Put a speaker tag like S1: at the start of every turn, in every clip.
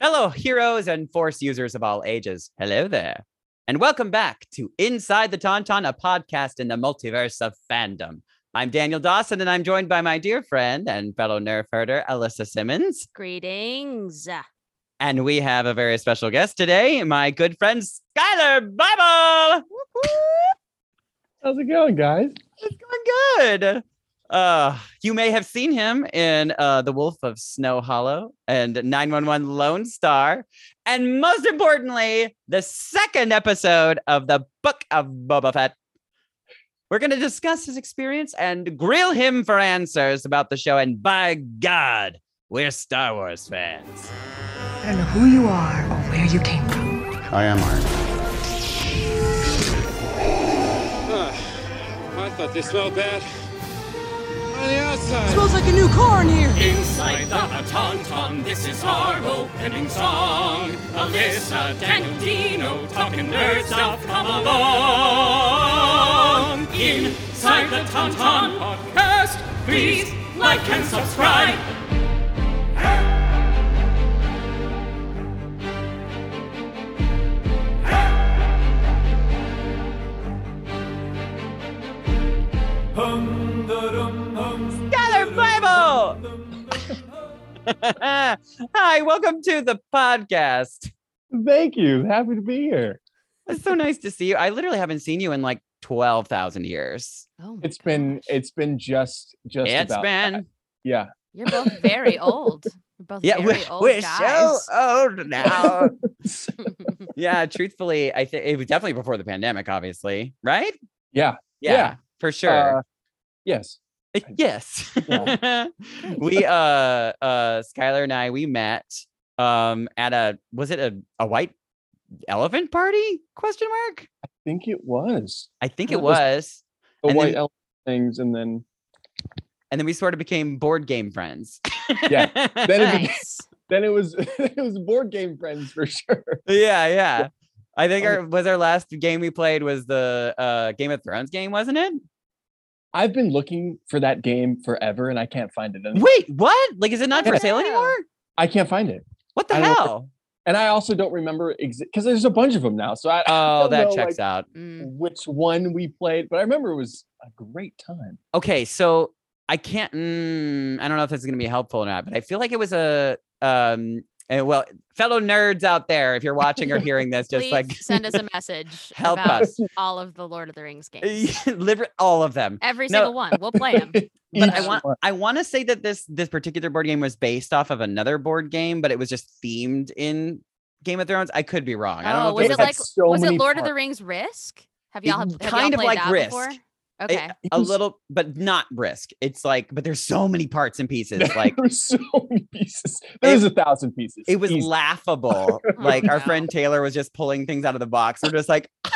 S1: Fellow heroes and force users of all ages, hello there. And welcome back to Inside the Tauntaun, a podcast in the multiverse of fandom. I'm Daniel Dawson, and I'm joined by my dear friend and fellow nerf herder, Alyssa Simmons.
S2: Greetings.
S1: And we have a very special guest today, my good friend, Skylar Bible.
S3: How's it going, guys?
S1: It's going good. Uh, you may have seen him in uh, The Wolf of Snow Hollow and 911 Lone Star. And most importantly, the second episode of the Book of Boba Fett. We're going to discuss his experience and grill him for answers about the show. And by God, we're Star Wars fans.
S4: I don't know who you are or where you came from.
S5: I am Iron.
S6: Ah, I thought they smelled bad. On the outside.
S7: Inside the Tauntaun, this is our opening song. Alyssa, Dan, Dino, talking nerd stuff, come along. Inside the Tauntaun podcast, please like and subscribe.
S1: Skylar Bible! Hi, welcome to the podcast.
S3: Thank you. Happy to be here.
S1: It's so nice to see you. I literally haven't seen you in like 12,000 years.
S2: Oh, my
S3: It's
S2: God.
S3: been it's been just just
S1: It's
S3: about
S1: been.
S3: that. yeah.
S2: You're both very old. You're both
S1: Yeah,
S2: very
S1: we're,
S2: old
S1: we're so
S2: guys.
S1: old now. yeah, truthfully, I think it was definitely before the pandemic, obviously, right?
S3: Yeah. Yeah.
S1: for sure.
S3: Uh, yes.
S1: Uh, yes. we uh uh Skylar and I we met um at a was it a, a white elephant party question mark?
S3: I think it was.
S1: I think
S3: That
S1: it
S3: was-
S1: was.
S3: The
S1: And
S3: white
S1: then-
S3: elephant things and then
S1: And then we sort of became board game friends.
S3: Yeah. Then it became-
S2: Nice.
S3: then it was it was board game friends for sure.
S1: yeah, yeah. I think
S3: Oh.
S1: our was our last game we played was the uh Game of Thrones game, wasn't it?
S3: I've been looking for that game forever and I can't find it. Anymore.
S1: Wait, what? Like, is it not for
S3: Yeah.
S1: sale anymore?
S3: I can't find it.
S1: What the
S3: I don't know.
S1: hell?
S3: And I also don't remember because there's a bunch of them now. So I, I
S1: Oh,
S3: don't
S1: that
S3: know,
S1: checks
S3: like,
S1: out.
S2: Mm.
S3: which one we played, but I remember it was a great time.
S1: Okay, so I can't. Mm, I don't know if this is gonna be helpful or not, but I feel like it was a um. And well, fellow nerds out there, if you're watching or hearing this, just
S2: Please
S1: like
S2: send us a message
S1: Help
S2: about
S1: us.
S2: all of the Lord of the Rings games.
S1: liber- all of them.
S2: Every
S1: No.
S2: single one. We'll play them.
S1: But I
S3: Each
S1: want
S3: one.
S1: I want to say that this this particular board game was based off of another board game, but it was just themed in Game of Thrones. I could be wrong. I don't know.
S2: Oh,
S1: if
S2: was
S3: it
S2: it
S3: had
S2: like
S3: so
S2: was it
S3: many
S2: Lord of the
S3: parts.
S2: Rings Risk? Have
S1: It-
S2: y'all have, have
S1: kind
S2: y'all
S1: of
S2: played
S1: like
S2: that
S1: Risk.
S2: before?
S1: It-
S2: Okay.
S1: a
S3: Yes.
S1: little, but not risk. It's like, but there's so many parts and pieces. Like
S3: there were so many pieces. There was a thousand pieces.
S1: it was
S3: Easy.
S1: laughable. like our
S2: Oh, no.
S1: friend Taylor was just pulling things out of the box. We're just like, and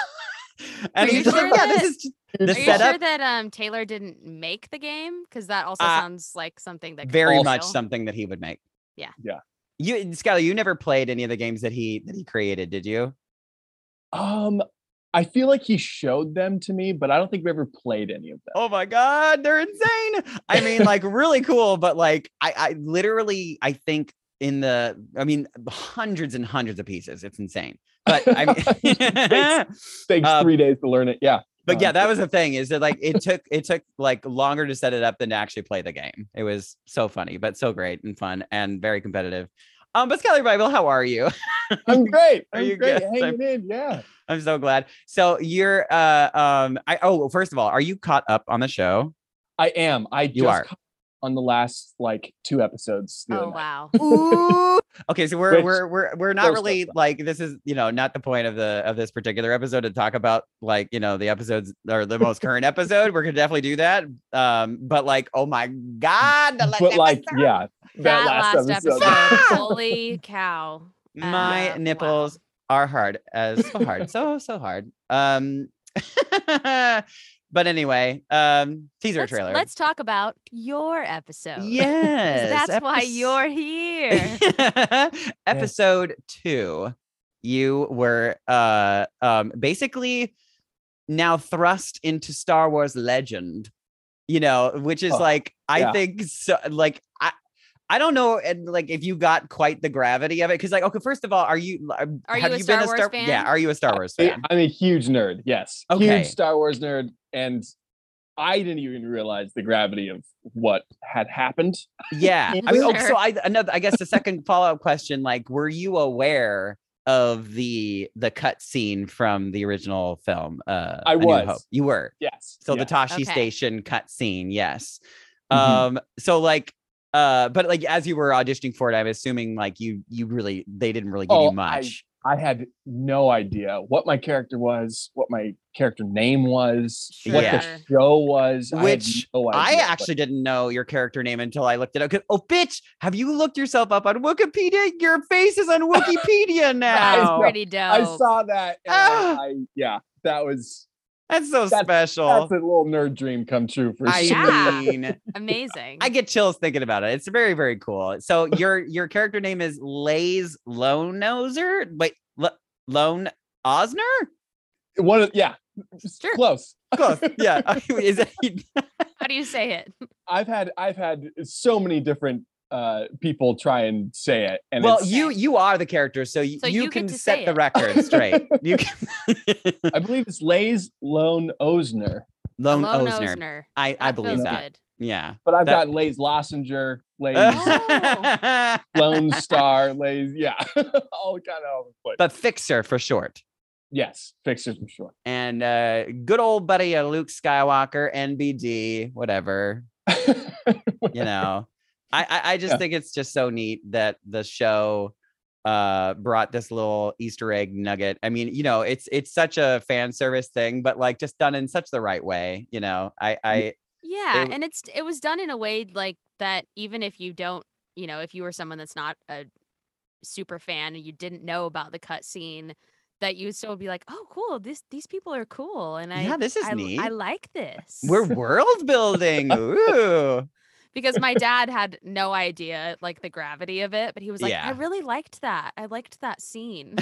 S2: Are
S1: he's
S2: you
S1: just like,
S2: sure
S1: yeah, this
S2: that-
S1: is j- the
S2: Are you
S1: setup.
S2: sure that um Taylor didn't make the game? Because that also
S1: Uh,
S2: sounds like something that could
S1: very
S2: be
S1: much
S2: real.
S1: something that he would make.
S2: Yeah.
S3: Yeah.
S1: You, Skylar, you never played any of the games that he that he created, did you?
S3: Um, I feel like he showed them to me, but I don't think we ever played any of them.
S1: oh my god they're insane i mean like really cool but like i i literally i think in the i mean hundreds and hundreds of pieces it's insane but i mean
S3: Takes
S1: um,
S3: three days to learn it. Yeah.
S1: but
S3: No,
S1: yeah
S3: it's
S1: that
S3: good.
S1: was the thing is that like it took it took like longer to set it up than to actually play the game it was so funny but so great and fun and very competitive um but skylar bible how are you
S3: I'm great.
S1: Are
S3: I'm
S1: you
S3: great.
S1: good?
S3: Hanging in. Yeah.
S1: i'm so glad so you're uh um i oh first of all are you caught up on the show
S3: I am. I
S1: You
S3: just
S1: are.
S3: caught on the last like two episodes. the other
S2: Oh
S3: night.
S2: wow.
S1: Ooh. okay, so we're
S3: Which-
S1: we're we're we're not
S3: Close,
S1: really
S3: close.
S1: like this is you know not the point of the of this particular episode to talk about like you know the episodes or the most current episode. We're gonna definitely do that. Um, but like, oh my god, the last
S3: But like,
S1: episode.
S3: yeah, that,
S2: that
S3: last, episode.
S1: Ah!
S2: Holy cow.
S1: my
S2: Uh,
S1: nipples are hard as so hard, so so hard. Um, but anyway, um, teaser
S2: Let's,
S1: trailer.
S2: let's talk about your episode. 'cause
S1: yes,
S2: That's why
S1: epis-
S2: you're here.
S1: episode two you were uh um basically now thrust into star wars legend you know which is
S3: Oh,
S1: like i
S3: yeah.
S1: think so like i I don't know, and like if you got quite the gravity of it, because like okay, first of all, are you uh,
S2: Are
S1: have
S2: you a
S1: you
S2: Star
S1: been a
S2: Wars
S1: Star
S2: fan? Uh,
S1: Yeah, are you a Star Wars
S3: I-
S1: fan?
S3: I'm a huge nerd. Yes,
S1: Okay.
S3: huge Star Wars nerd, and I didn't even realize the gravity of what had happened.
S1: yeah, I mean, oh,
S2: Sure.
S1: so I another. I guess the second follow up question, like, were you aware of the the cut scene from the original film? Uh,
S3: I
S1: A New
S3: was.
S1: Hope? You were.
S3: Yes.
S1: So
S3: yeah.
S1: the Tashi
S2: Okay.
S1: Station cut scene, yes.
S3: Mhm.
S1: Um, so like uh but like as you were auditioning for it, I'm assuming like you you really they didn't really give
S3: Oh,
S1: you
S3: I-
S1: much.
S3: I had no idea what my character was, what my character name was, what the
S2: Sure.
S3: show was. I had
S1: Which
S3: no
S1: I,
S3: idea what-
S1: actually didn't know your character name until I looked it up. 'Cause- Oh, bitch, have you looked yourself up on Wikipedia? Your face is on Wikipedia
S2: That's
S1: now.
S2: pretty dope.
S3: I saw that. And
S1: Ah!
S3: I, I- yeah, that was
S1: That's so
S3: That's-
S1: special.
S3: that's a little nerd dream come true for
S1: I
S3: sure.
S2: Yeah.
S1: mean,
S2: Amazing.
S1: I get chills thinking about it. It's very, very cool. So your your character name is Lays Lone Noser. Wait, L- Lone Osner?
S3: One of, yeah,
S2: Sure.
S3: close.
S1: Close. Yeah. is that,
S2: How do you say it?
S3: I've had I've had so many different uh people try and say it, and
S1: well,
S3: it's-
S1: you you are the character, so, y-
S2: So
S1: you,
S2: you get
S1: can
S2: to
S1: set
S2: say
S1: the
S2: it.
S1: record straight. You can
S3: I believe it's Lay's Lone Osner,
S1: Lone
S2: Lone
S1: Osner.
S2: Osner.
S1: I, I
S2: That
S1: believe
S2: feels
S1: that.
S2: good.
S1: Yeah.
S3: but I've
S1: That-
S3: got Lay's Lossinger, Lay's
S2: Oh.
S3: Lone Star, Lay's yeah, all kind of over the place.
S1: but Fixer for short.
S3: Yes, fixers for sure.
S1: And uh, good old buddy uh, Luke Skywalker, NBD, whatever. you know I, I i just
S3: Yeah.
S1: think it's just so neat that the show uh brought this little easter egg nugget i mean you know it's it's such a fan service thing but like just done in such the right way you know i i
S2: Yeah,
S1: w-
S2: and it's it was done in a way like that. Even if you don't, you know, if you were someone that's not a super fan and you didn't know about the cut scene, that you would still be like, "Oh, cool! This these people are cool, and I
S1: yeah this is
S2: I,
S1: neat
S2: I like this."
S1: we're world building ooh
S2: because my dad had no idea like the gravity of it, but he was like,
S1: Yeah.
S2: "I really liked that. I liked that scene."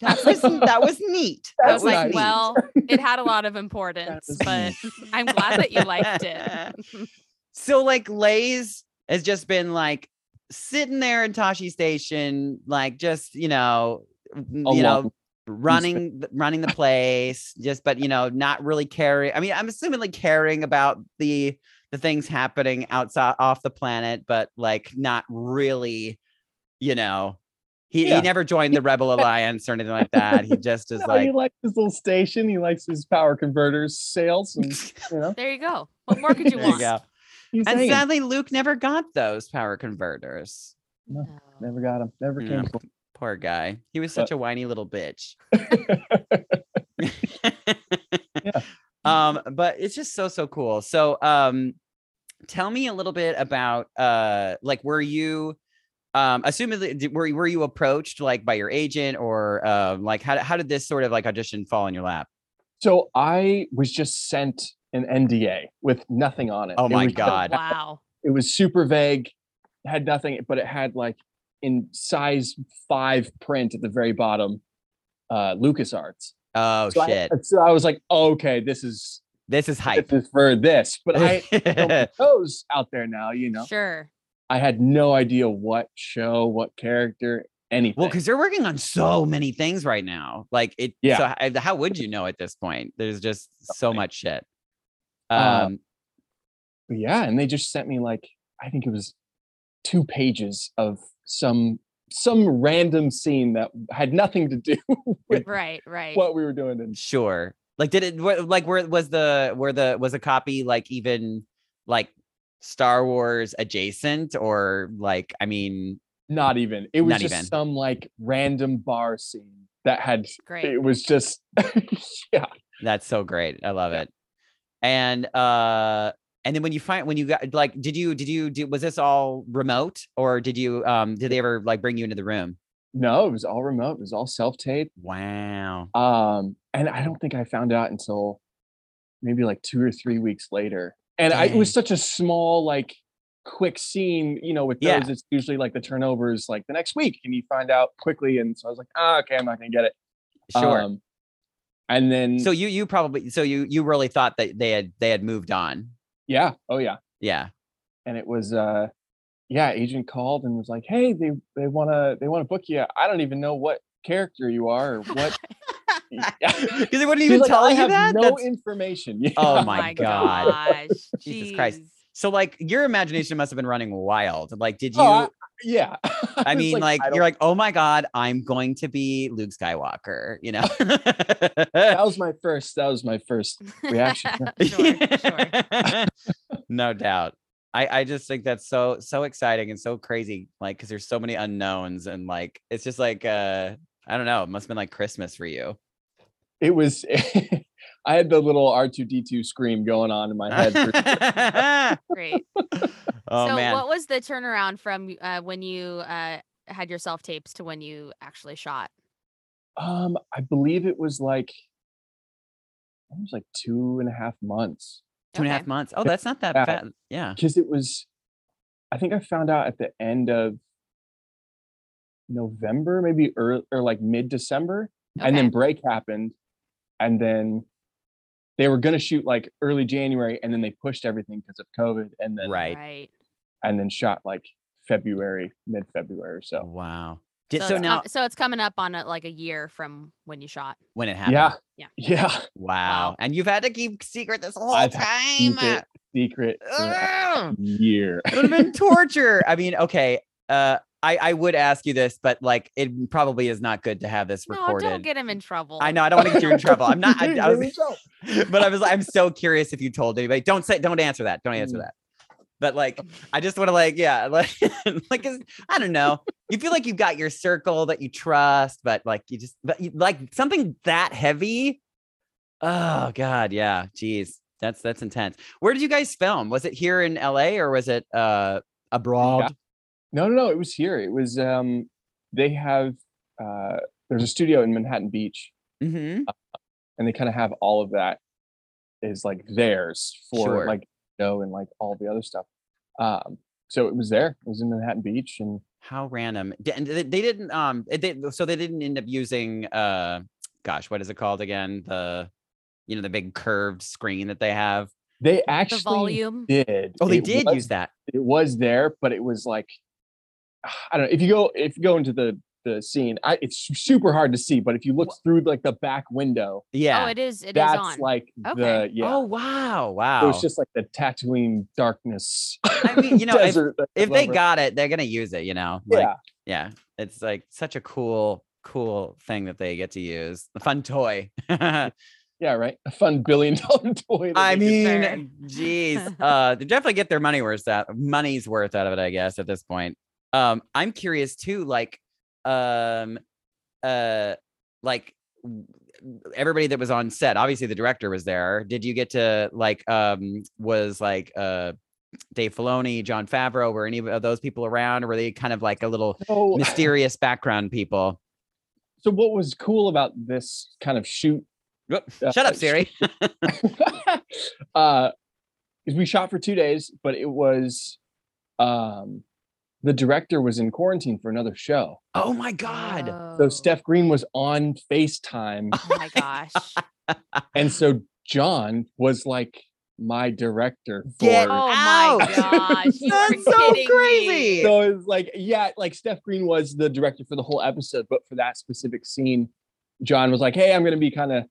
S1: that was that was neat
S3: That
S2: I
S1: That
S2: was
S3: was
S2: like,
S1: neat.
S3: nice.
S2: "Well, it had a lot of importance,
S3: was
S2: but I'm glad that you liked it."
S1: so like Lay's has just been like sitting there in Tashi Station, like just you know, m- you know,
S3: Alone.
S1: running th- running the place, just but you know, not really caring. I mean, I'm assuming like caring about the the things happening outside off the planet, but like not really, you know. He,
S3: Yeah.
S1: he never joined the Rebel Alliance or anything like that. He just is
S3: No, he
S1: like,
S3: likes his little station. He likes his power converters, sales, and you know,
S2: There you go. What more could you
S1: there you
S2: want?
S1: go.
S3: he's
S1: And
S3: hanging.
S1: sadly, Luke never got those power converters.
S2: No.
S3: never got him. Never
S1: Yeah.
S3: came. for him.
S1: Poor guy. He was such a whiny little bitch. Um, but it's just so so cool. So um tell me a little bit about uh like were you um assumedly did- were were you approached like by your agent or um like how how did this sort of like audition fall in your lap?
S3: So I was just sent an NDA with nothing on it.
S1: Oh
S3: It
S1: my
S3: was-
S1: God.
S2: Wow.
S3: It was super vague, had nothing, but it had like in size five print at the very bottom, uh, LucasArts.
S1: Oh
S3: so
S1: shit.
S3: I, so I was like, okay, this is
S1: this is hype.
S3: this is for this, but I
S1: yeah.
S3: those out there now, you know.
S2: Sure.
S3: I had no idea what show, what character, anything.
S1: Well, because they're working on so many things right now. Like it,
S3: Yeah.
S1: So how, how would you know at this point? There's just so
S3: Nothing.
S1: much shit.
S3: Uh,
S1: Um,
S3: But yeah, and they just sent me like I think it was two pages of some some random scene that had nothing to do with
S2: Right. Right.
S3: what we were doing. And
S1: sure. Like, did it? were- Like, where was the? Where the was a copy? Like even like Star Wars adjacent, or like I mean,
S3: not even it was
S1: Not
S3: just
S1: even.
S3: some like random bar scene that had
S2: Great.
S3: it was just yeah
S1: that's so great. I love it. And uh, and then when you find when you got like, did you did you do? Was this all remote, or did you um? Did they ever like bring you into the room?
S3: no it was all remote it was all self tape
S1: Wow.
S3: um and I don't think I found out until maybe like two or three weeks later and I, it was such a small like quick scene you know with those
S1: Yeah.
S3: it's usually like the turnovers like the next week and you find out quickly and so I was like ah okay I'm not gonna get it
S1: Sure.
S3: Um, and then
S1: so you you probably so you you really thought that they had they had moved on
S3: yeah oh yeah
S1: yeah
S3: and it was uh yeah, agent called and was like, "Hey, they they want to they want to book you. I don't even know what character you are or what." She's
S1: Because they wouldn't even
S3: like,
S1: tell
S3: I
S1: you
S3: have
S1: that.
S3: no
S1: That's-
S3: information. Yeah.
S1: Oh my God.
S2: gosh.
S1: Jesus Christ.
S2: Jeez.
S1: so like your imagination must have been running wild. Like, did you?
S3: Oh, I- yeah.
S1: I
S3: It's
S1: mean, like,
S3: I don't-
S1: you're like, oh my god, I'm going to be Luke Skywalker. You know.
S3: that was my first. That was my first reaction.
S2: sure, sure.
S1: no doubt. I, I just think that's so so exciting and so crazy, like because there's so many unknowns and like it's just like uh I don't know, it must have been like Christmas for you.
S3: it was. I had the little R two D two scream going on in my head. for-
S2: Great.
S1: oh
S2: so,
S1: man.
S2: what was the turnaround from uh, when you uh, had your self tapes to when you actually shot?
S3: um, I believe it was like it was like two and a half months
S1: Two and a half
S2: Okay.
S1: months. Oh, that's not that
S3: Yeah.
S1: bad. Yeah.
S3: because it was. I think I found out at the end of November, maybe early or like mid December. and then
S2: Okay.
S3: break happened and then they were going to shoot like early january and then they pushed everything because of covid and then
S1: Right.
S2: right.
S3: and then shot like february mid february or so
S1: Wow. Did, so,
S2: it's
S1: now
S2: com- so it's coming up on a, like a year from when you shot.
S1: when it happened.
S3: yeah
S2: Yeah.
S3: yeah
S1: Wow.
S2: Wow.
S1: And you've had to keep secret this whole
S3: I've
S1: time.
S3: secret, secret for a
S1: Ugh.
S3: year
S1: it would have been torture. I mean, okay. Uh, I I would ask you this, but like, it probably is not good to have this recorded.
S2: No, don't get him in trouble.
S1: I know. I don't want to get you in trouble. I'm not. I, I
S3: Here we
S1: was,
S3: go.
S1: but I was. I'm so curious if you told anybody. Don't say. Don't answer that. Don't answer
S3: Mm.
S1: that. But like, I just want to like, yeah, like, like it's- I don't know. You feel like you've got your circle that you trust, but like you just, but you, like something that heavy. Oh God, yeah, geez, that's that's intense. Where did you guys film? Was it here in L.A. or was it uh abroad?
S3: no no no it was here it was um they have uh there's a studio in manhattan beach
S1: Mm-hmm.
S3: and they kind of have all of that is like theirs for
S1: Sure.
S3: like no and like all the other stuff um so it was there it was in manhattan beach and
S1: How random. D- And they they didn't um it- they, so they didn't end up using uh gosh, what is it called again? The you know, the big curved screen that they have.
S3: they
S2: the
S3: actually
S2: volume.
S3: did
S1: Oh, they
S3: It
S1: did
S3: was,
S1: use that.
S3: it was there but it was like i don't know if you go if you go into the the scene I, it's su- super hard to see but if you look through like the back window
S1: Yeah.
S2: Oh, it is. It is
S3: that's
S2: on.
S3: like
S2: Okay.
S3: the yeah
S1: Oh, wow. Wow.
S3: it was just like the Tatooine darkness
S1: I mean, you know, if,
S3: desert that I
S1: if they
S3: love.
S1: got it, they're gonna use it, you know.
S3: yeah
S1: Like, yeah. It's like such a cool, cool thing that they get to use. A fun toy.
S3: yeah right a fun billion dollar toy that
S1: I
S3: they could-
S2: fair.
S1: mean, jeez, uh, they definitely get their money worth out, money's worth out of it, I guess, at this point. Um, I'm curious too, like, um, uh, like w- everybody that was on set. Obviously, the director was there. Did you get to like, um, was like, uh, Dave Filoni, John Favreau, were any of those people around, or were they kind of like a little
S3: So-
S1: mysterious background people?
S3: So what was cool about this kind of shoot?
S1: Whoop,
S3: Uh,
S1: Oh, Shut up,
S3: sh-
S1: Siri.
S3: uh, is we shot for two days, but it was um, the director was in quarantine for another show.
S1: Oh my God.
S3: So
S2: Oh,
S3: Steph Green was on FaceTime,
S2: Oh my gosh.
S3: and so John was like my director
S1: Get
S3: for.
S2: Oh my
S1: Ouch.
S2: gosh. You are
S1: That's so
S2: kidding me.
S1: crazy.
S3: So it's like yeah, like Steph Green was the director for the whole episode, but for that specific scene, John was like, "Hey, I'm going to be kind of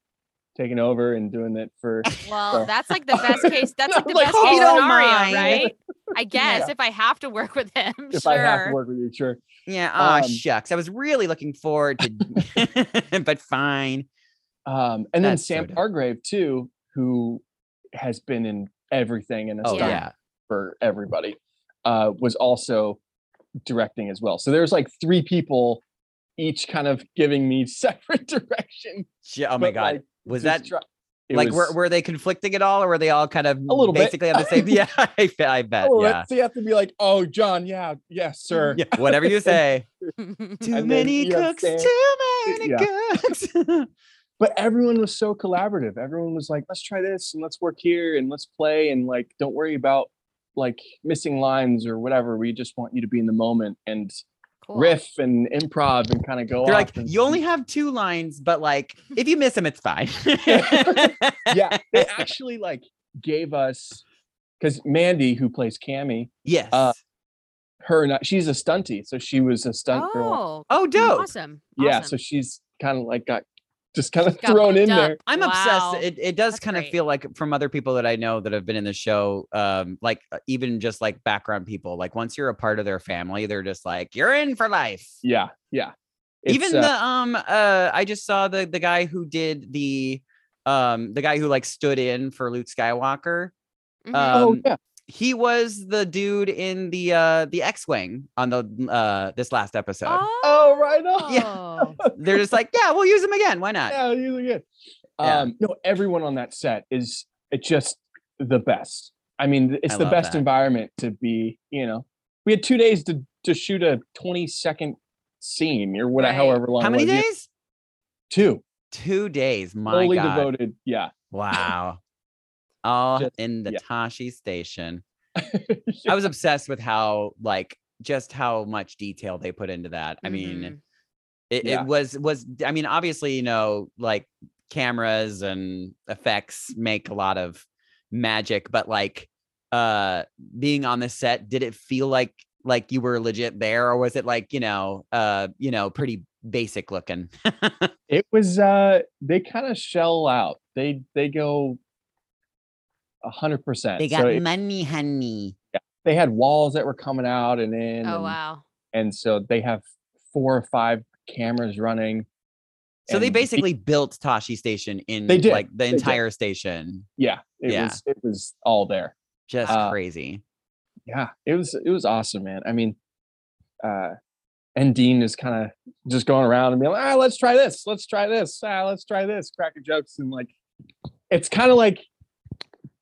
S3: taking over and doing it for."
S2: Well,
S3: So-
S2: that's like the best case. That's like the
S3: Like,
S2: best
S3: hope
S2: case
S3: you
S2: scenario,
S3: don't
S1: mind.
S2: right? I guess
S3: Yeah.
S2: if I have to work with him,
S3: If
S2: sure.
S3: I have to work with you, sure.
S1: Yeah. Ah,
S3: Um,
S1: shucks. I was really looking forward to, but fine.
S3: Um, and then
S1: That's so
S3: Sam
S1: dope.
S3: Hargrave too, who has been in everything and a
S1: Oh
S3: star
S1: yeah.
S2: Yeah.
S3: for everybody, uh, was also directing as well. So there's like three people, each kind of giving me separate direction.
S1: Sh- Oh my
S3: but,
S1: god.
S3: like,
S1: was
S3: just
S1: that
S3: try- it
S1: like were,
S3: was
S1: were they conflicting at all, or were they all kind of
S3: A little bit.
S1: basically on the same? Yeah, I, fe- I
S3: a
S1: bet.
S3: little bit,
S1: yeah.
S3: Oh, So you have to be like, oh, John, yeah, yes, sir.
S1: yeah. Whatever you say. Too
S3: then
S1: many
S3: you have
S1: cooks.
S3: Sam-
S1: Too many cooks.
S3: But everyone was so collaborative. Everyone was like, let's try this and let's work here and let's play and like, don't worry about like missing lines or whatever. We just want you to be in the moment and
S2: Cool.
S3: riff and improv and kind of go.
S1: They're
S3: off
S1: like,
S3: and-
S1: you only have two lines, but like, if you miss them, it's fine.
S3: yeah. They actually like gave us because Mandy, who plays Cammy,
S1: yes.
S3: Uh, her not she's a stuntie, so she was a stunt girl.
S2: Oh,
S1: Oh, dope.
S2: Awesome.
S3: Yeah,
S2: awesome.
S3: so she's kind of like got just kind of
S2: Got
S3: thrown
S2: hooked
S3: in
S2: up.
S3: there.
S1: I'm
S2: Wow.
S1: obsessed. It, it does
S2: That's
S1: kind of
S2: great.
S1: feel like from other people that I know that have been in the show, um, like uh, even just like background people, like once you're a part of their family, they're just like, you're in for life.
S3: Yeah, yeah.
S1: even
S3: It's, uh,
S1: the um uh I just saw the the guy who did the um the guy who like stood in for Luke Skywalker.
S2: Mhm.
S1: Uh,
S3: oh
S1: um,
S3: yeah,
S1: He was the dude in the uh the X-Wing on the uh this last episode.
S3: oh right on.
S1: yeah.
S2: Oh,
S1: They're just like, yeah, we'll use him again. Why not?
S3: Yeah, these are good.
S1: Yeah.
S3: Um, no, everyone on that set is it's just the best. I mean, it's
S1: I
S3: the
S1: love
S3: best
S1: that.
S3: environment to be. You know, we had two days to to shoot a twenty second scene or whatever,
S2: Right.
S3: however long.
S1: How
S3: it
S1: many
S3: was. Yeah,
S1: days?
S3: Two.
S1: Two days. My
S3: Fully
S1: God.
S3: devoted. Yeah.
S1: Wow. All
S3: Just-
S1: in the
S3: yeah.
S1: Tashi station. I
S3: yeah.
S1: was obsessed with how like just how much detail they put into that. I mean,
S2: mhm.
S1: it,
S3: Yeah.
S1: it was was i mean obviously you know like cameras and effects make a lot of magic but like uh being on the set did it feel like like you were legit there or was it like you know uh you know pretty basic looking
S3: It was. uh They kind of shell out. They they go. a hundred percent. So it-
S1: money honey
S3: they had walls that were coming out and in.
S2: oh
S3: and-
S2: wow.
S3: and so they have four or five cameras running.
S1: so they
S3: and the-
S1: basically built tashi station in
S3: They did.
S1: like the
S3: did.
S1: entire station
S3: yeah, it
S1: Yeah.
S3: was it was all there.
S1: just
S3: Uh,
S1: crazy
S3: Yeah, it was it was awesome, man. I mean, uh, and Dean is kind of just going around and being like, ah, let's try this, let's try this, ah, let's try this, cracking jokes and like, it's kind of like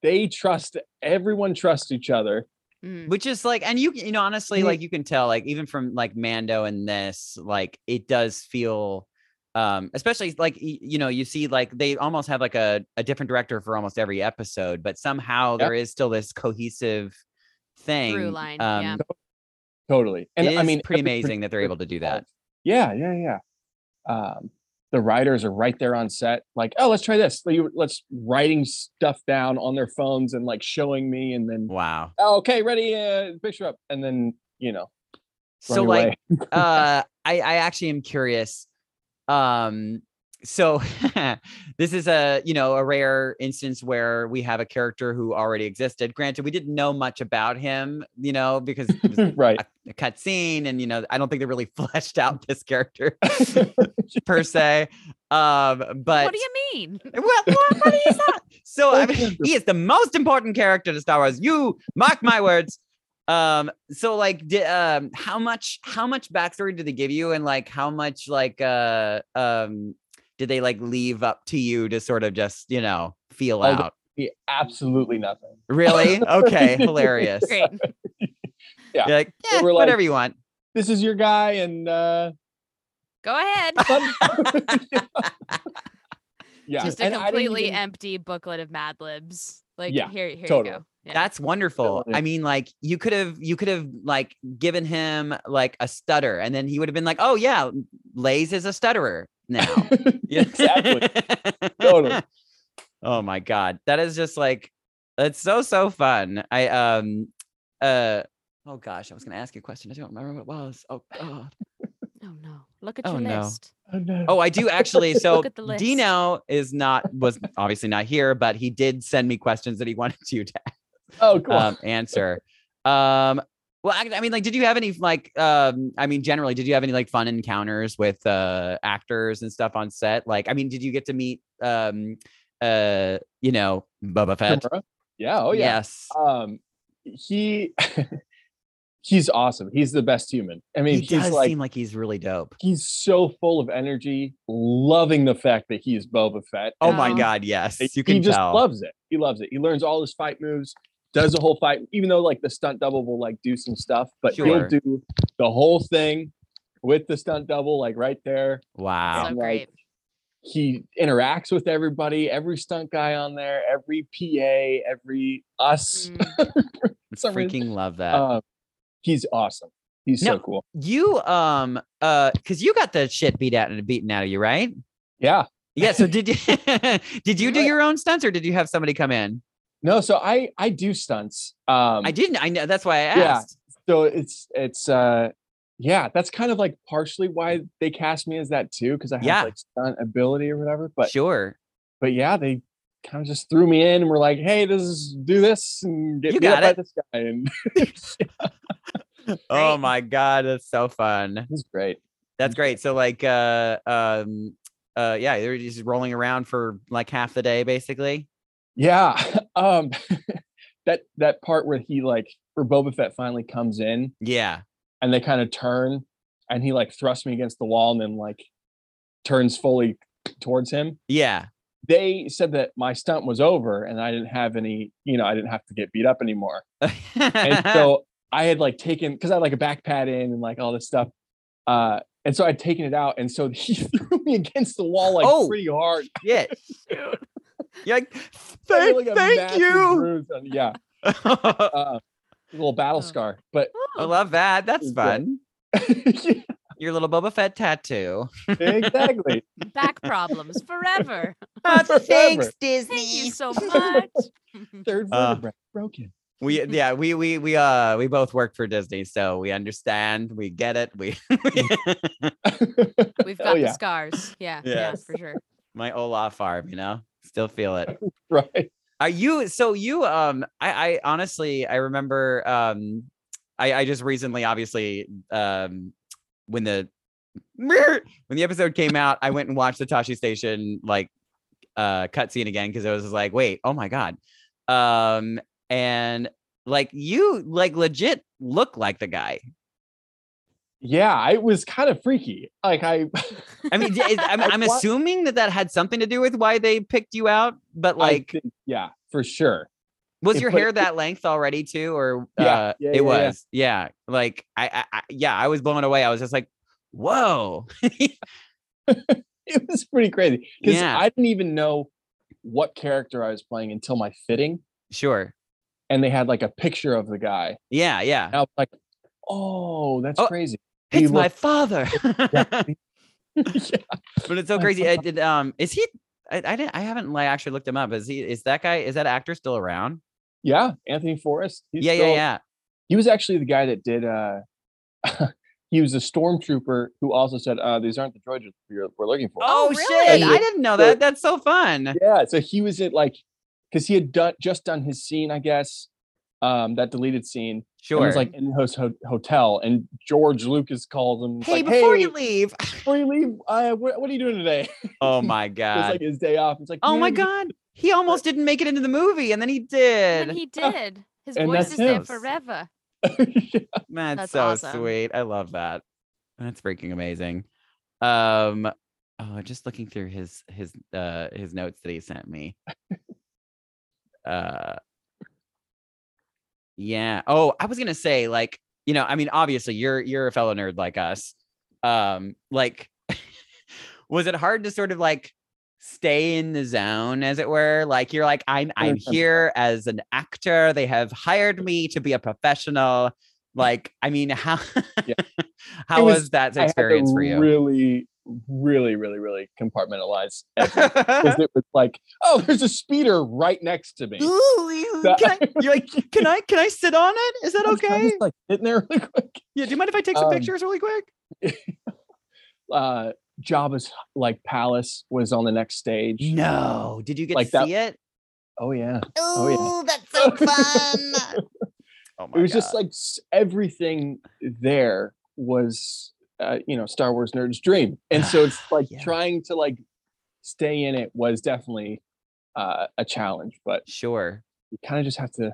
S3: they trust everyone trusts each other.
S2: Mm.
S1: which is like and you you know honestly
S3: Yeah.
S1: like you can tell like even from like mando and this like it does feel um especially like y- you know you see like they almost have like a, a different director for almost every episode but somehow there is still this cohesive thing
S2: line,
S3: um,
S2: yeah.
S3: Totally, and
S1: it
S3: I
S1: is
S3: mean,
S1: pretty
S3: every
S1: amazing that they're
S3: producer
S1: able to do that
S3: Yeah, yeah, yeah. Um, the writers are right there on set, like, oh, let's try this. Like, you- Let's writing stuff down on their phones and like showing me, and then
S1: wow
S3: "Oh, okay, ready, uh, picture up, and then you know, run
S1: so
S3: your
S1: like
S3: way.
S1: uh I, I actually am curious. Um, so this is a you know a rare instance where we have a character who already existed. Granted, we didn't know much about him, you know, because it was
S3: right,
S1: a cutscene, and you know, I don't think they really fleshed out this character per se. Um, but
S2: what do you mean?
S1: what, what, what is that? So I
S3: Full
S1: mean,
S3: character.
S1: he is the most important character to Star Wars. You mark my words. Um, so like, di- um, how much, how much backstory did they give you, and like, how much like, uh, um, did they like leave up to you to sort of just you know feel
S3: All the-
S1: out?
S3: Yeah, absolutely nothing.
S1: Really? Okay, hilarious.
S2: Great.
S3: Yeah.
S1: You're like,
S3: They
S1: "Eh,
S3: were like-
S1: whatever you want.
S3: This is your guy, and uh,
S2: Go ahead.
S3: fun- yeah,
S2: Just a
S3: and I didn't
S2: completely
S3: even-
S2: empty booklet of Mad Libs. Like
S3: Yeah,
S2: here, here
S3: totally.
S2: you go. Yeah.
S1: That's wonderful.
S3: Totally.
S1: I mean, like you could have you could have like given him like a stutter, and then he would have been like, "Oh yeah, Lays is a stutterer now." Yeah.
S3: exactly. Totally.
S1: Oh my god, that is just like it's so so fun. I um uh oh gosh, I was gonna ask you a question. I don't remember what it was. Oh god.
S2: oh no. Look at
S1: Oh,
S2: your
S1: no.
S2: list.
S3: Oh, no.
S1: Oh, I do actually. So
S2: Look at the list.
S1: Dino is not was obviously not here, but he did send me questions that he wanted you to
S3: oh, cool.
S1: um, answer. Um, well, I, I mean, like, did you have any like, um, I mean, generally, did you have any like fun encounters with uh, actors and stuff on set? Like, I mean, did you get to meet, um, uh, you know, Bubba Fett?
S3: Kimura? yeah, oh yeah.
S1: Yes,
S3: um he he's awesome he's the best human i mean
S1: he
S3: he's
S1: does
S3: like
S1: seem like he's really dope.
S3: he's so full of energy loving the fact that he's boba fett
S1: Oh
S3: and
S1: my
S2: Um,
S1: God, yes,
S3: he-
S1: you can
S3: he just
S1: tell.
S3: loves it he loves it he learns all his fight moves does the whole fight even though like the stunt double will like do some stuff but
S1: Sure.
S3: he'll do the whole thing with the stunt double like right there
S1: wow,
S2: So
S3: like,
S2: great.
S3: he interacts with everybody every stunt guy on there every pa every us
S2: Mm.
S1: I
S3: some reason-
S1: freaking love that.
S3: uh, he's awesome he's
S1: Mm. No.
S3: so cool
S1: you, um, uh, because you got the shit beat out and beaten out of you, right?
S3: yeah
S1: Yeah. So did you did you do
S3: Yeah.
S1: your own stunts, or did you have somebody come in?
S3: No, so I I do stunts. Um,
S1: I didn't. I know that's why I
S3: yeah.
S1: asked.
S3: so it's it's uh yeah that's kind of like partially why they cast me as that too because i have
S1: Yeah.
S3: like stunt ability or whatever but
S1: sure.
S3: but yeah they kind of just threw me in and were like hey this is do this and get
S1: You
S3: beat
S1: got
S3: up by
S1: it.
S3: this guy and it
S1: Oh
S2: Great.
S1: my god, that's so fun.
S3: was great
S1: That's great. So like uh um uh yeah, they were just rolling around for like half the day basically.
S3: yeah um that that part where he like where boba fett finally comes in
S1: Yeah.
S3: and they kind of turn and he like thrusts me against the wall and then like turns fully towards him
S1: Yeah.
S3: they said that my stunt was over and I didn't have any, you know, I didn't have to get beat up anymore. And so I had like taken because I had like a back pad in and like all this stuff. Uh and so I'd taken it out. And so he threw me against the wall like
S1: Oh.
S3: pretty hard.
S1: yeah. You're like,
S3: I had,
S1: thank,
S3: like, a
S1: thank
S3: massive
S1: you.
S3: bruise on- yeah.
S1: I
S3: Uh, a little
S1: Oh.
S3: battle scar. But
S1: love that. That's
S3: Yeah.
S1: fun.
S3: Yeah,
S1: Your little Boba Fett tattoo.
S3: exactly.
S2: Back problems forever.
S1: Oh, thanks,
S3: Forever.
S2: Thank you
S1: Disney.
S2: so much.
S3: Third
S1: Uh,
S3: vertebra broken.
S1: We yeah, we we we uh we both work for Disney, so we understand, we get it. We
S2: We've
S3: Oh,
S2: got the
S3: yeah.
S2: scars. Yeah, yeah,
S1: Yes.
S2: for sure.
S1: my Olaf arm, you know, still feel it.
S3: right.
S1: Are you so you um I I honestly I remember um I I just recently obviously um when the when the episode came out I went and watched the Tashi Station like uh cutscene again because I was just like wait oh my god um and like you like legit look like the guy
S3: Yeah, it was kind of freaky. Like I
S1: I mean d- is- I'm,
S3: I
S1: I'm
S3: wa-
S1: assuming that that had something to do with why they picked you out but
S3: like
S1: like
S3: yeah, for sure.
S1: was
S3: it
S1: your
S3: put-
S1: hair that length already too or
S3: Yeah,
S1: uh,
S3: yeah,
S1: it
S3: yeah, yeah.
S1: was yeah. like I, I, I yeah i was blown away i was just like whoa
S3: it was pretty crazy because
S1: Yeah.
S3: I didn't even know what character I was playing until my fitting,
S1: sure
S3: and they had like a picture of the guy.
S1: yeah yeah
S3: And I was like, "Oh, that's
S1: Oh,
S3: crazy." He
S1: it's my
S3: looked-
S1: father but
S3: Yeah.
S1: it's so
S3: My
S1: crazy I did, um is he I, I didn't i haven't like actually looked him up is he is that guy is that actor still around
S3: yeah, Anthony Forrest. he's
S1: yeah yeah
S3: still-
S1: yeah
S3: He was actually the guy that did. uh He was a stormtrooper who also said, uh, "These aren't the droids we're we're looking for."
S1: oh,
S2: Oh,
S1: shit
S2: really?
S1: i didn't know that that's so fun
S3: Yeah, so he was at like because he had done just done his scene, I guess. Um, that deleted scene. And it
S1: sure
S3: was like in his ho- hotel, and George Lucas calls him.
S1: hey
S3: like,
S1: before
S3: hey,
S1: you leave
S3: before you leave, uh, what, what are you doing today?
S1: oh my
S3: it's
S1: god
S3: like his day off. It's like,
S1: oh my
S3: "Man,
S1: god he almost didn't make it into the movie and then he
S2: And
S1: did
S2: then he did. His
S3: Oh, And
S2: voice
S3: that's
S2: is there
S1: him.
S2: forever.
S1: That's,
S2: That's
S1: so
S2: awesome.
S1: sweet. I love that. That's freaking amazing. Um, oh, just looking through his his uh his notes that he sent me. Uh, yeah. Oh, I was gonna say like you know I mean obviously you're you're a fellow nerd like us. Um, like was it hard to sort of like stay in the zone as it were like you're like i'm i'm
S3: 100%.
S1: here as an actor they have hired me to be a professional like i mean how
S3: Yeah.
S1: how
S3: It
S1: was,
S3: was-
S1: that
S3: I had to
S1: experience for you
S3: Really, really, really, really compartmentalize. Because it was like, oh, there's a speeder right next to me.
S1: Ooh, you-
S3: That-
S1: can I, you're like can i can i sit on it is that
S3: I was kinda
S1: okay
S3: just, like sitting there really quick.
S1: yeah do you mind if i take some
S3: um,
S1: pictures really quick
S3: Uh, Jabba's like palace was on the next stage.
S1: no did you get
S3: like
S1: to
S3: that-
S1: see it
S3: Oh yeah,
S1: oh
S3: yeah.
S1: that's
S3: so
S1: fun oh my
S3: it was
S1: god
S3: just like s- everything there was, uh, you know, Star Wars nerd's dream, and so it's like
S1: Yeah.
S3: trying to like stay in it was definitely uh, a challenge, but
S1: sure
S3: you kind of just have to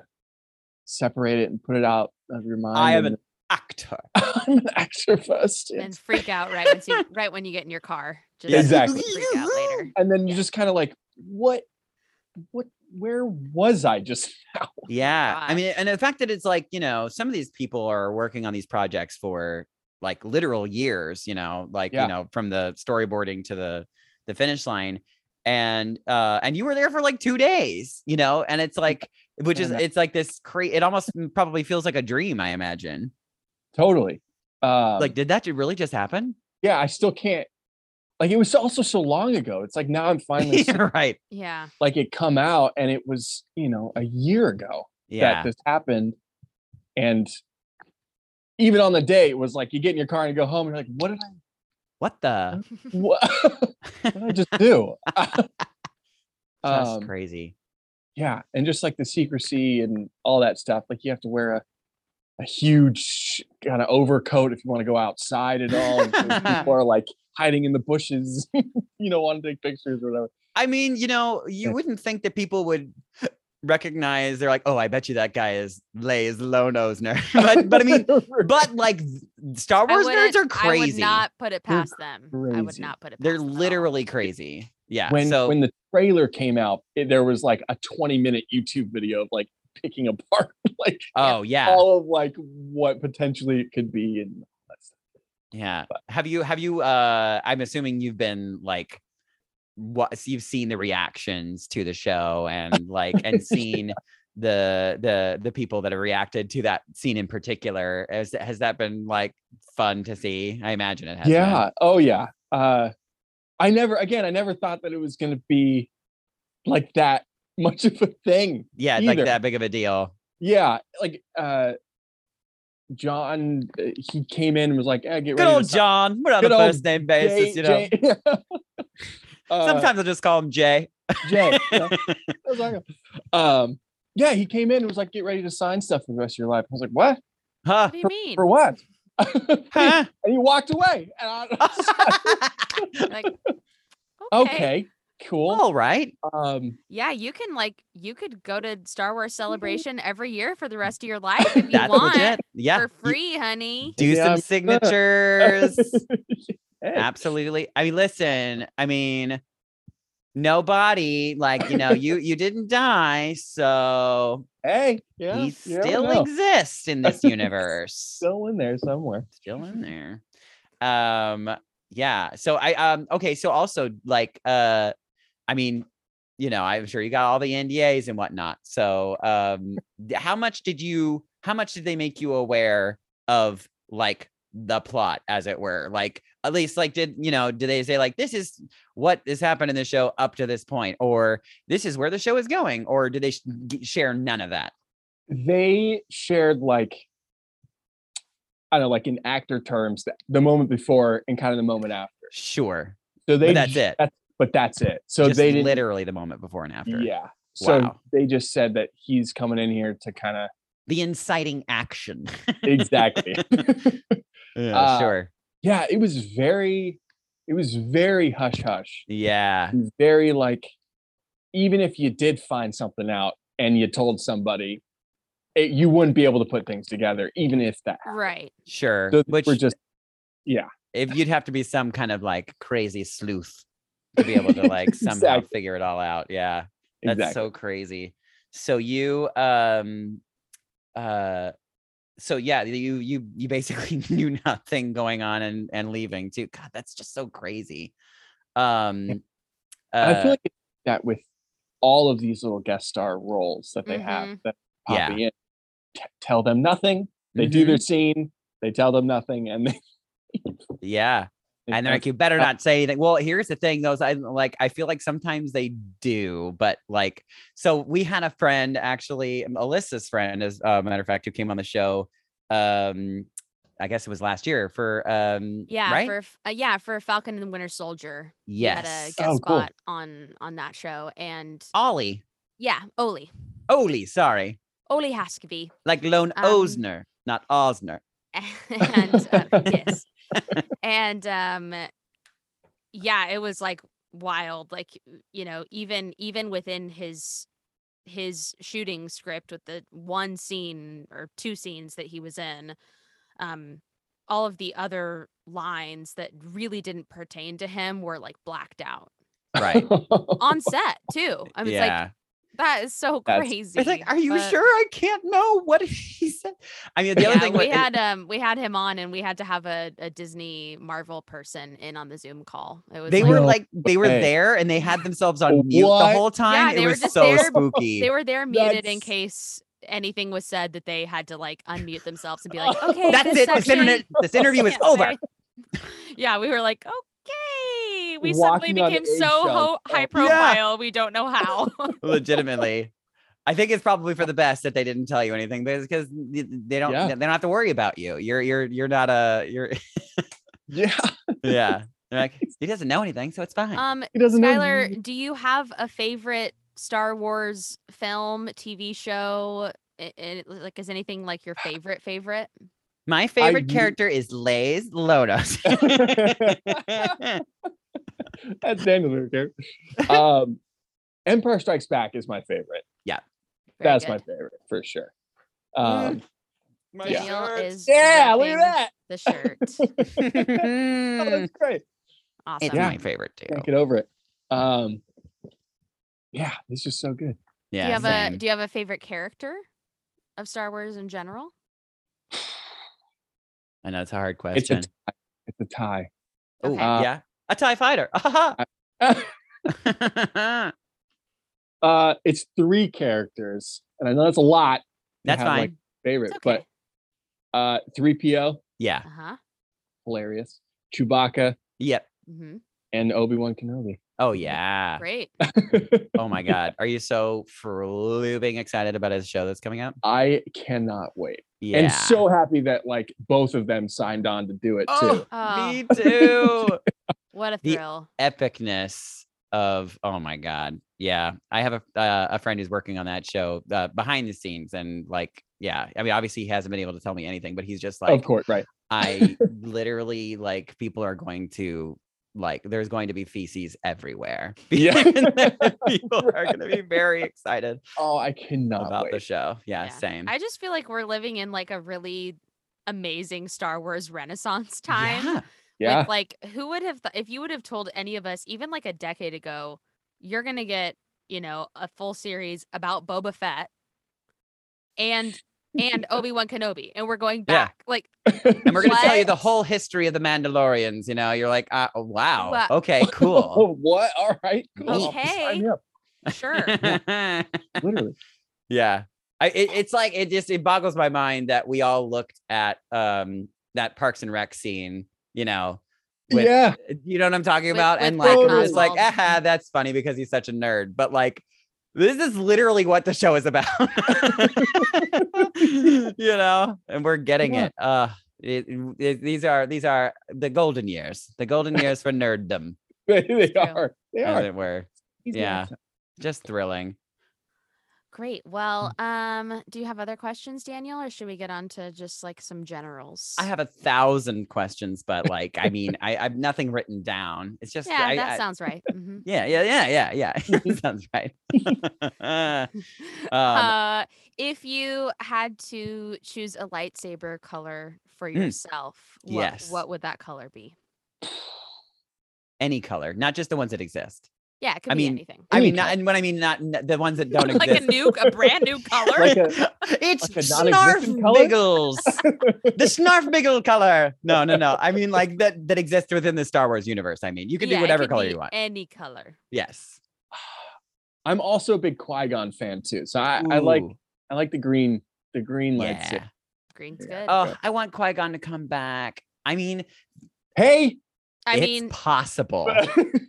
S3: separate it and put it out of your mind.
S1: i am
S3: and
S1: an actor
S3: then- I'm an actor first.
S2: And
S3: yes.
S2: freak out right when you right when you get in your car. Just
S3: Exactly.
S2: freak out later.
S3: And then you're just kind of like, what, what, where was I just now?
S1: Yeah. I mean,
S2: gosh.
S1: and the fact that it's like, you know, some of these people are working on these projects for like literal years, you know, like,
S3: Yeah.
S1: you know, from the storyboarding to the the finish line. And uh and you were there for like 2 days, you know, and it's like which is
S3: Yeah.
S1: it's like this cra- it almost m- probably feels like a dream, I imagine.
S3: Totally. Uh,
S1: Like did that ju- really just happen?
S3: yeah, I still can't. Like it was also so long ago. It's like now I'm finally seeing,
S1: right.
S2: Yeah.
S3: like it come out, and it was you know a year ago
S1: Yeah.
S3: that this happened, and even on the date was like you get in your car and you go home and you're like, what did I
S1: What the?
S3: what, what did I just do?
S1: That's
S3: Um,
S1: crazy.
S3: yeah and just like the secrecy and all that stuff like you have to wear a a huge kind of overcoat if you want to go outside at all and so people are like hiding in the bushes you know want to take pictures or whatever
S1: I mean, you know, you
S3: Yeah.
S1: wouldn't think that people would recognize. They're like, oh, I bet you that guy is Lay's low nose nerd. but but I mean, but like Star
S2: I
S1: Wars nerds
S2: wouldn't-
S1: are
S2: I would
S1: crazy.
S2: not put it
S3: They're
S2: past them. I would
S3: crazy.
S2: not put it.
S1: They're
S2: past them at all.
S1: literally crazy. Yeah.
S3: when
S1: so
S3: when the trailer came out it, there was like a 20 minute youtube video of like picking apart like
S1: oh yeah.
S3: all of like what potentially it could be and
S1: Yeah. Have you have you uh I'm assuming you've been like what you've seen the reactions to the show and like and seen the the the people that have reacted to that scene in particular. Has has that been like fun to see? I imagine it has. been.
S3: yeah oh yeah uh i never again i never thought that it was going to be like that much of a thing
S1: Yeah, like
S3: Either.
S1: that big of a deal.
S3: yeah like uh john uh, he came in and was like eh, get
S1: Good
S3: ready
S1: old
S3: to sign
S1: John. We're on
S3: Good
S1: a
S3: old
S1: first name basis, you know.
S3: Jay- Jay." Uh,
S1: Sometimes I just call him Jay.
S3: Jay, yeah. I was like, um yeah he came in and was like get ready to sign stuff for the rest of your life i was like what
S1: Huh?
S2: What do you mean?
S3: for what and
S1: Huh?
S3: he walked away and I,
S2: Like, okay.
S3: okay cool
S1: All right.
S3: um
S2: Yeah, you can like you could go to Star Wars Celebration every year for the rest of your life if you
S1: Mm-hmm. That's
S2: want
S1: legit. Yeah.
S2: for free, honey.
S1: Do
S3: Yeah,
S1: some
S3: I'm
S1: signatures.
S3: Hey.
S1: absolutely i mean listen i mean nobody like you know you you didn't die so
S3: Hey, yeah,
S1: he
S3: you never
S1: still
S3: know.
S1: exists in this universe
S3: still in there somewhere.
S1: still in there um yeah so i um okay so also like uh i mean you know i'm sure you got all the ndas and whatnot so um d- how much did you how much did they make you aware of like the plot as it were like at least like did you know did they say like this is what has happened in the show up to this point or this is where the show is going or did they sh- g- share none of that
S3: They shared like I don't know, like in actor terms, the, the moment before and kind of the moment after.
S1: sure
S3: So they
S1: that's
S3: j-
S1: it.
S3: That's, but that's it. So
S1: Just
S3: they didn't.
S1: literally the moment before and after
S3: Yeah. So
S1: Wow.
S3: they just said that he's coming in here to kind of
S1: the inciting action
S3: exactly.
S1: Yeah,
S3: Uh,
S1: sure.
S3: yeah, it was very, it was very hush hush.
S1: Yeah.
S3: and very like even if you did find something out and you told somebody it, you wouldn't be able to put things together even if that happened.
S2: Right.
S1: Sure.
S3: so
S1: Uh, Which
S3: we're just
S1: if you'd have to be some kind of like crazy sleuth to be able to like somehow
S3: Exactly.
S1: figure it all out. Yeah. That's
S3: exactly
S1: so crazy. So you um uh so yeah, you you you basically knew nothing going on and and leaving too. God, that's just so crazy. Um
S3: And i
S1: uh,
S3: feel like it's like that with all of these little guest star roles that they have that
S1: Mm-hmm. Yeah.
S3: popping in t- tell them nothing they do
S1: mhm.
S3: their scene they tell them nothing and they
S1: Yeah.
S3: they
S1: and they're
S3: don't-
S1: like, you better
S3: uh,
S1: not say anything. Well, here's the thing, though. is I like, I feel like sometimes they do, but like, so we had a friend, actually, um, Alyssa's friend, as a matter of fact, who came on the show. Um, I guess it was last year for um,
S2: Yeah.
S1: right?
S2: For f- uh, yeah for Falcon and the Winter Soldier. he Had a
S1: yes,
S2: guest
S3: Oh, cool.
S2: spot on on that show, and
S1: Ollie,
S2: yeah, Oli
S1: Oli, sorry,
S2: Oli Haskavy,
S1: like Lone
S2: Um,
S1: Osner, not Osner.
S2: and uh, yes, and um, yeah, it was like wild. Like you know, even even within his his shooting script with the one scene or two scenes that he was in um all of the other lines that really didn't pertain to him were like blacked out
S1: Right.
S2: on set too i was like
S1: yeah.
S2: that is so
S3: That's-
S2: crazy
S1: It's like, are you
S2: but-
S1: sure I can't know what he said? I mean, the other
S2: yeah,
S1: thing
S2: we
S1: wa-
S2: had um we had him on and we had to have a, a disney marvel person in on the zoom call it was
S1: they
S2: like,
S1: were
S3: No
S1: like they were
S3: way.
S1: there and they had themselves on mute the
S3: What?
S1: whole time.
S2: they
S1: it
S2: were
S1: was
S2: just
S1: so
S2: there.
S1: spooky.
S2: they were there muted in
S3: That's-
S2: case anything was said that they had to like unmute themselves and be like okay
S1: Oh, That's
S2: this
S1: it. This,
S2: section-
S1: internet, this interview is
S2: Yeah,
S1: over.
S2: sorry. yeah, we were like, okay, we suddenly
S3: Walking on
S2: became so
S3: eggshells.
S2: ho-
S3: Oh,
S2: high
S3: yeah.
S2: profile, we don't know how.
S1: Legitimately. I think it's probably for the best that they didn't tell you anything because they don't
S3: Yeah.
S1: they don't have to worry about you. You're you're you're not a you're
S3: Yeah.
S1: yeah. They're like he doesn't know anything, so it's fine.
S2: Um,
S3: He doesn't know.
S1: Mm-hmm.
S2: Skylar, do you have a favorite Star Wars film, TV show? I- I- like, is anything like your favorite favorite?
S1: My favorite
S3: u-
S1: character is Lays Lodos.
S3: That's Daniel Luger. Um, Empire Strikes Back is my favorite.
S2: Very
S3: That's
S2: good. Mm.
S3: my favorite for sure. Um,
S6: My
S3: Yeah.
S2: Daniel
S6: shirt.
S2: is
S3: yeah, look
S2: repping
S3: at
S2: the shirt.
S3: that. oh,
S1: it's
S3: that's great.
S2: awesome.
S3: Yeah.
S1: my favorite too.
S3: Can't get over it. Um, yeah, it's just so good.
S1: Yeah.
S2: do you have
S1: same.
S2: a Do you have a favorite character of Star Wars in general?
S1: I know it's a hard
S3: It's a
S1: question.
S3: tie. It's a tie.
S1: Oh
S2: Okay.
S3: uh,
S1: yeah, a Tie Fighter. Ahaha.
S3: Uh, it's three characters, and I know that's a lot. to
S1: That's
S3: have,
S1: fine.
S3: Like, favorite,
S2: It's okay.
S3: but uh, three PO
S1: yeah.
S2: Uh huh.
S3: hilarious. Chewbacca
S1: Yep.
S2: hmm
S3: and Obi Wan Kenobi.
S1: Oh yeah.
S2: Great.
S1: Oh my God. Are you so flipping excited about his show that's coming up?
S3: I cannot wait.
S1: Yeah.
S3: and so happy that like both of them signed on to do it
S1: oh,
S3: too.
S2: Oh.
S1: me too.
S2: What a
S1: The-
S2: thrill.
S1: epicness of oh my god yeah i have a uh, a friend who's working on that show uh, behind the scenes and like yeah i mean obviously he hasn't been able to tell me anything but he's just
S3: of
S1: like
S3: course, right?
S1: i literally like people are going to like there's going to be feces everywhere
S3: Yeah.
S1: people are going to be very excited
S3: Oh, I cannot
S1: about the
S3: wait.
S1: show yeah,
S2: Yeah.
S1: same
S2: I just feel like we're living in like a really amazing Star Wars renaissance time.
S1: Yeah.
S3: yeah,
S2: With like who would have th- if you would have told any of us even like a decade ago, you're gonna get you know a full series about Boba Fett and and Obi Wan Kenobi, and we're going
S1: Yeah.
S2: back like
S1: and we're going to tell you the
S2: What?
S1: whole history of the mandalorians you know you're like uh, oh, wow
S2: What?
S1: okay cool
S3: what? All right. cool.
S2: Okay.
S3: Sign me up,
S2: sure.
S3: literally.
S1: Yeah. I, it, it's like it just it boggles my mind that we all looked at um that Parks and Rec scene, you know, With-
S3: yeah.
S1: you know what I'm talking
S2: With-
S1: about,
S2: with
S1: and like
S3: Patton
S1: we're just like,
S2: Oswalt.
S1: ah, that's funny because he's such a nerd, but like this is literally what the show is about, you know, and we're getting
S3: Yeah.
S1: it. Uh, it, it- these are these are the golden years, the golden years for nerddom,
S3: They, they
S2: true.
S3: are. They
S1: as
S3: are.
S1: it were.
S3: He's the
S1: yeah.
S3: answer.
S1: Just thrilling.
S2: Great. Well, um, do you have other questions, Daniel, or should we get on to just like some generals?
S1: I have a thousand questions, but like, I mean, I, I've nothing written down. It's just,
S2: yeah,
S1: I,
S2: that
S1: I-
S2: sounds right. Mhm.
S1: yeah, yeah, yeah, yeah, yeah. sounds right. Uh, um,
S2: uh, if you had to choose a lightsaber color for yourself, what,
S1: Mm. Yes.
S2: what would that color be?
S1: any color, not just the ones that exist.
S2: Yeah, it could
S1: I
S2: be
S1: mean,
S2: anything.
S1: I
S3: Any
S1: mean, not,
S3: color.
S1: and what I mean, not n- the ones that don't
S2: like a
S1: exist.
S2: new, a brand new color.
S3: Like a,
S1: it's
S3: like a
S1: snarf
S3: non-existent color?
S1: biggles, the snarf biggle color. No, no, no. I mean, like that that exists within the Star Wars universe. I mean, you can
S2: Yeah,
S1: do
S2: it
S1: whatever
S2: could
S1: color
S2: be
S1: you want.
S2: Any color.
S1: Yes,
S3: I'm also a big Qui Gon fan too, so I, I like
S1: Ooh,
S3: I like the green the green lights.
S1: Yeah.
S2: Green's
S3: Yeah.
S2: good.
S1: Oh, I want Qui Gon to come back. I mean,
S3: Hey,
S2: I
S1: it's
S2: mean,
S1: possible.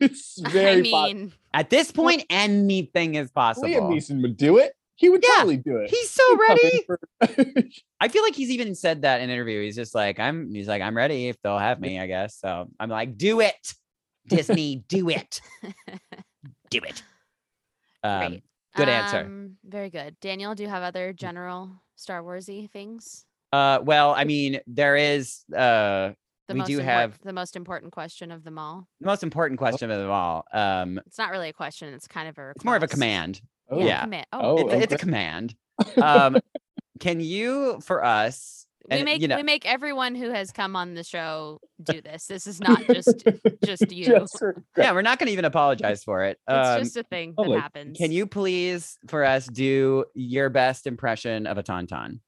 S3: it's very
S2: I
S3: pos-
S2: mean,
S1: At this point, anything is
S3: Liam
S1: possible.
S3: Neeson would do it. He would
S1: Yeah,
S3: totally do it.
S1: He's so
S3: He'd come in
S1: ready.
S3: for-
S1: I feel like he's even said that in an interview. He's just like, I'm he's like, I'm ready if they'll have me, I guess. So I'm like, do it. Disney, do it. Do it. Um,
S2: great.
S1: good answer. Mm.
S2: Um, very good. Daniel, do you have other general Star Warsy things?
S1: uh well, I mean, there is uh
S2: The
S1: We
S2: most
S1: do
S2: import-
S1: have-
S2: the most important question of them all.
S1: the most important question of them all. Um
S2: It's not really a question. It's kind of a. Request.
S1: it's more of a command.
S3: oh,
S1: yeah.
S2: commit.
S3: Oh,
S2: Oh,
S1: it's, it's a
S3: okay.
S1: command. Um can you for us
S2: we
S1: and,
S2: make
S1: you know-
S2: we make everyone who has come on the show do this. This is not just just you.
S3: Just her-
S1: yeah, we're not gonna even apologize for it. Um,
S2: it's just a thing
S3: public.
S2: that happens.
S1: Can you please, for us, do your best impression of a tauntaun?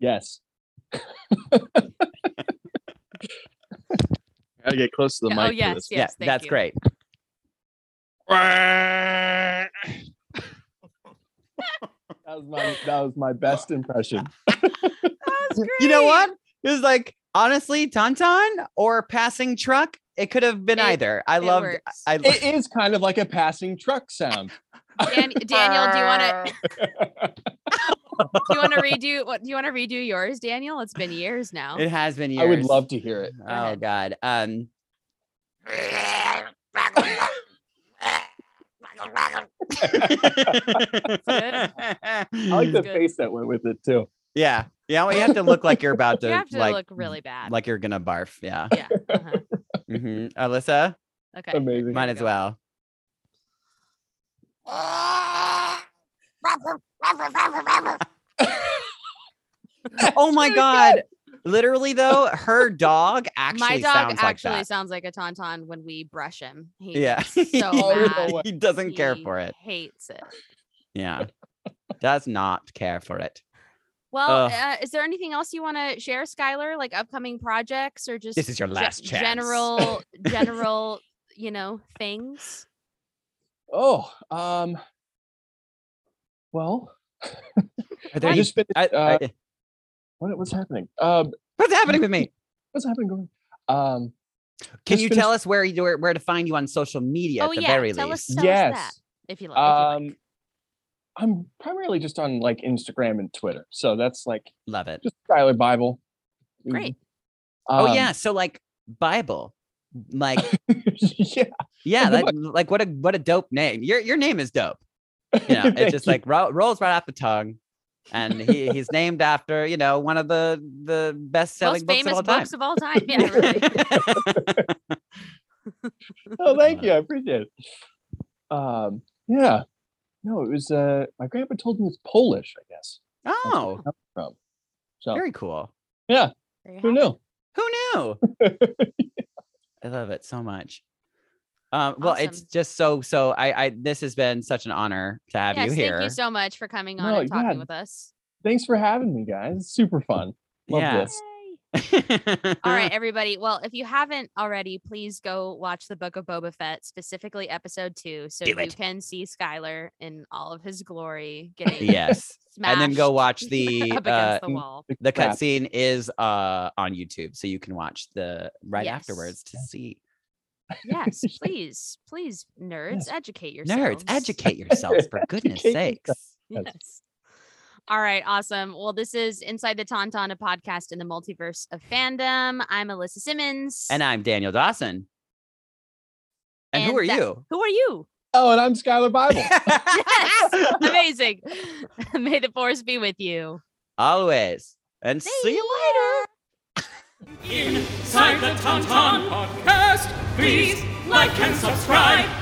S3: Yes. Gotta get close to the
S2: Yeah, oh yes,
S1: Yeah,
S2: yes. thank
S1: that's
S2: you.
S1: great.
S3: That was my that was my best impression.
S2: That was
S1: You know
S2: great.
S1: what? It was like honestly, tauntaun or passing truck. It could have been
S2: It-
S1: either. I
S2: it
S1: loved.
S2: works.
S1: I loved.
S3: It is kind of like a passing truck sound.
S2: Dan- Daniel, do you want to do you want to redo what do you want to redo yours, Daniel? It's been years now.
S1: It has been years.
S3: I would love to hear it.
S1: Oh
S2: ahead.
S1: God. Um.
S3: I like the
S2: Good.
S3: face that went with it too.
S1: yeah. Yeah. Well, you have to look like you're about to,
S2: you have to
S1: like
S2: look really bad.
S1: like you're gonna barf. Yeah.
S2: yeah. uh-huh.
S1: hmm Alyssa,
S2: Okay.
S3: Amazing.
S1: might
S2: you
S1: as
S2: go.
S1: well. oh my God. Literally though, her dog actually
S2: My dog
S1: sounds
S2: actually
S1: like that.
S2: sounds like a tauntaun when we brush him. He
S1: Yeah.
S2: gets so mad.
S1: he doesn't care
S2: He
S1: for it.
S2: Hates it.
S1: Yeah. Does not care for it.
S2: Well,
S1: Ugh.
S2: uh, is there anything else you want to share, Skylar? Like upcoming projects or just
S1: This is your
S2: ge-
S1: last chance.
S2: General, general, you know, things.
S3: Oh, um, well,
S1: Are there
S3: I
S1: any-
S3: just been,
S1: I-
S3: uh,
S1: I-
S3: what, what's happening? Um,
S1: what's happening with me?
S3: what's happening going? Um,
S1: Can
S3: Just
S1: you
S3: finished-
S1: tell us where you where, where to find you on social media
S2: oh
S1: at the
S2: yeah,
S1: very
S2: tell
S1: least?
S2: us tell us that
S3: yes.
S2: if you, li- if you like.
S3: Um, I'm primarily just on like Instagram and Twitter, so that's like
S1: Love it.
S3: just Skylar Bible.
S2: Great.
S1: oh
S3: Um,
S1: yeah, so like Bible, like
S3: yeah.
S1: yeah,
S3: the
S1: that, like what a what a dope name. Your your name is dope. You know, it
S3: Thank
S1: just
S3: you.
S1: like ro- rolls right off the tongue, and he he's named after you know one of the the best selling
S2: Most
S1: books of
S2: famous
S1: all time.
S2: books of all time. Yeah, really.
S3: oh, thank you. I appreciate it. Um, yeah. No, it was uh my grandpa told me it's Polish, I guess. That's where it
S1: oh,
S3: comes from. So
S1: very cool.
S2: There you
S3: who
S2: have it.
S3: knew?
S1: Who knew? I love it so much. Um, well, it's
S2: Awesome.
S1: just so so. I, I this has been such an honor to have
S2: yes,
S1: you here.
S2: Thank you so much for coming on
S3: No,
S2: and talking
S3: yeah.
S2: with us.
S3: Thanks for having me, guys. It's super fun. Love
S1: Yeah.
S3: this.
S2: Yay. All
S1: All
S2: right, everybody. Well, if you haven't already, please go watch the Book of Boba Fett, specifically episode two, so
S1: Do
S2: you
S1: it.
S2: can see Skylar in all of his glory getting
S1: Yes.
S2: smashed
S1: and then go watch the
S2: up against
S1: uh,
S2: the wall.
S3: Big
S1: the
S3: crap.
S1: cutscene is uh on YouTube, so you can watch the right
S2: Yes.
S1: afterwards to see.
S2: Yes, please, please, nerds,
S3: Yes.
S2: educate yourselves.
S1: Nerds, educate yourselves for goodness
S3: Educate
S1: sakes.
S3: Yes.
S2: Yes. All right, awesome. Well, this is Inside the Tauntaun, a podcast in the multiverse of fandom. I'm Alyssa Simmons.
S1: And I'm Daniel Dawson. And, who
S2: And
S1: are
S2: that-
S1: you?
S2: Who are you?
S3: Oh, and I'm Skylar Bible.
S2: Yes, amazing. May the force be with you.
S1: Always. And see you later.
S7: Inside the Tauntaun Podcast. Please like and subscribe.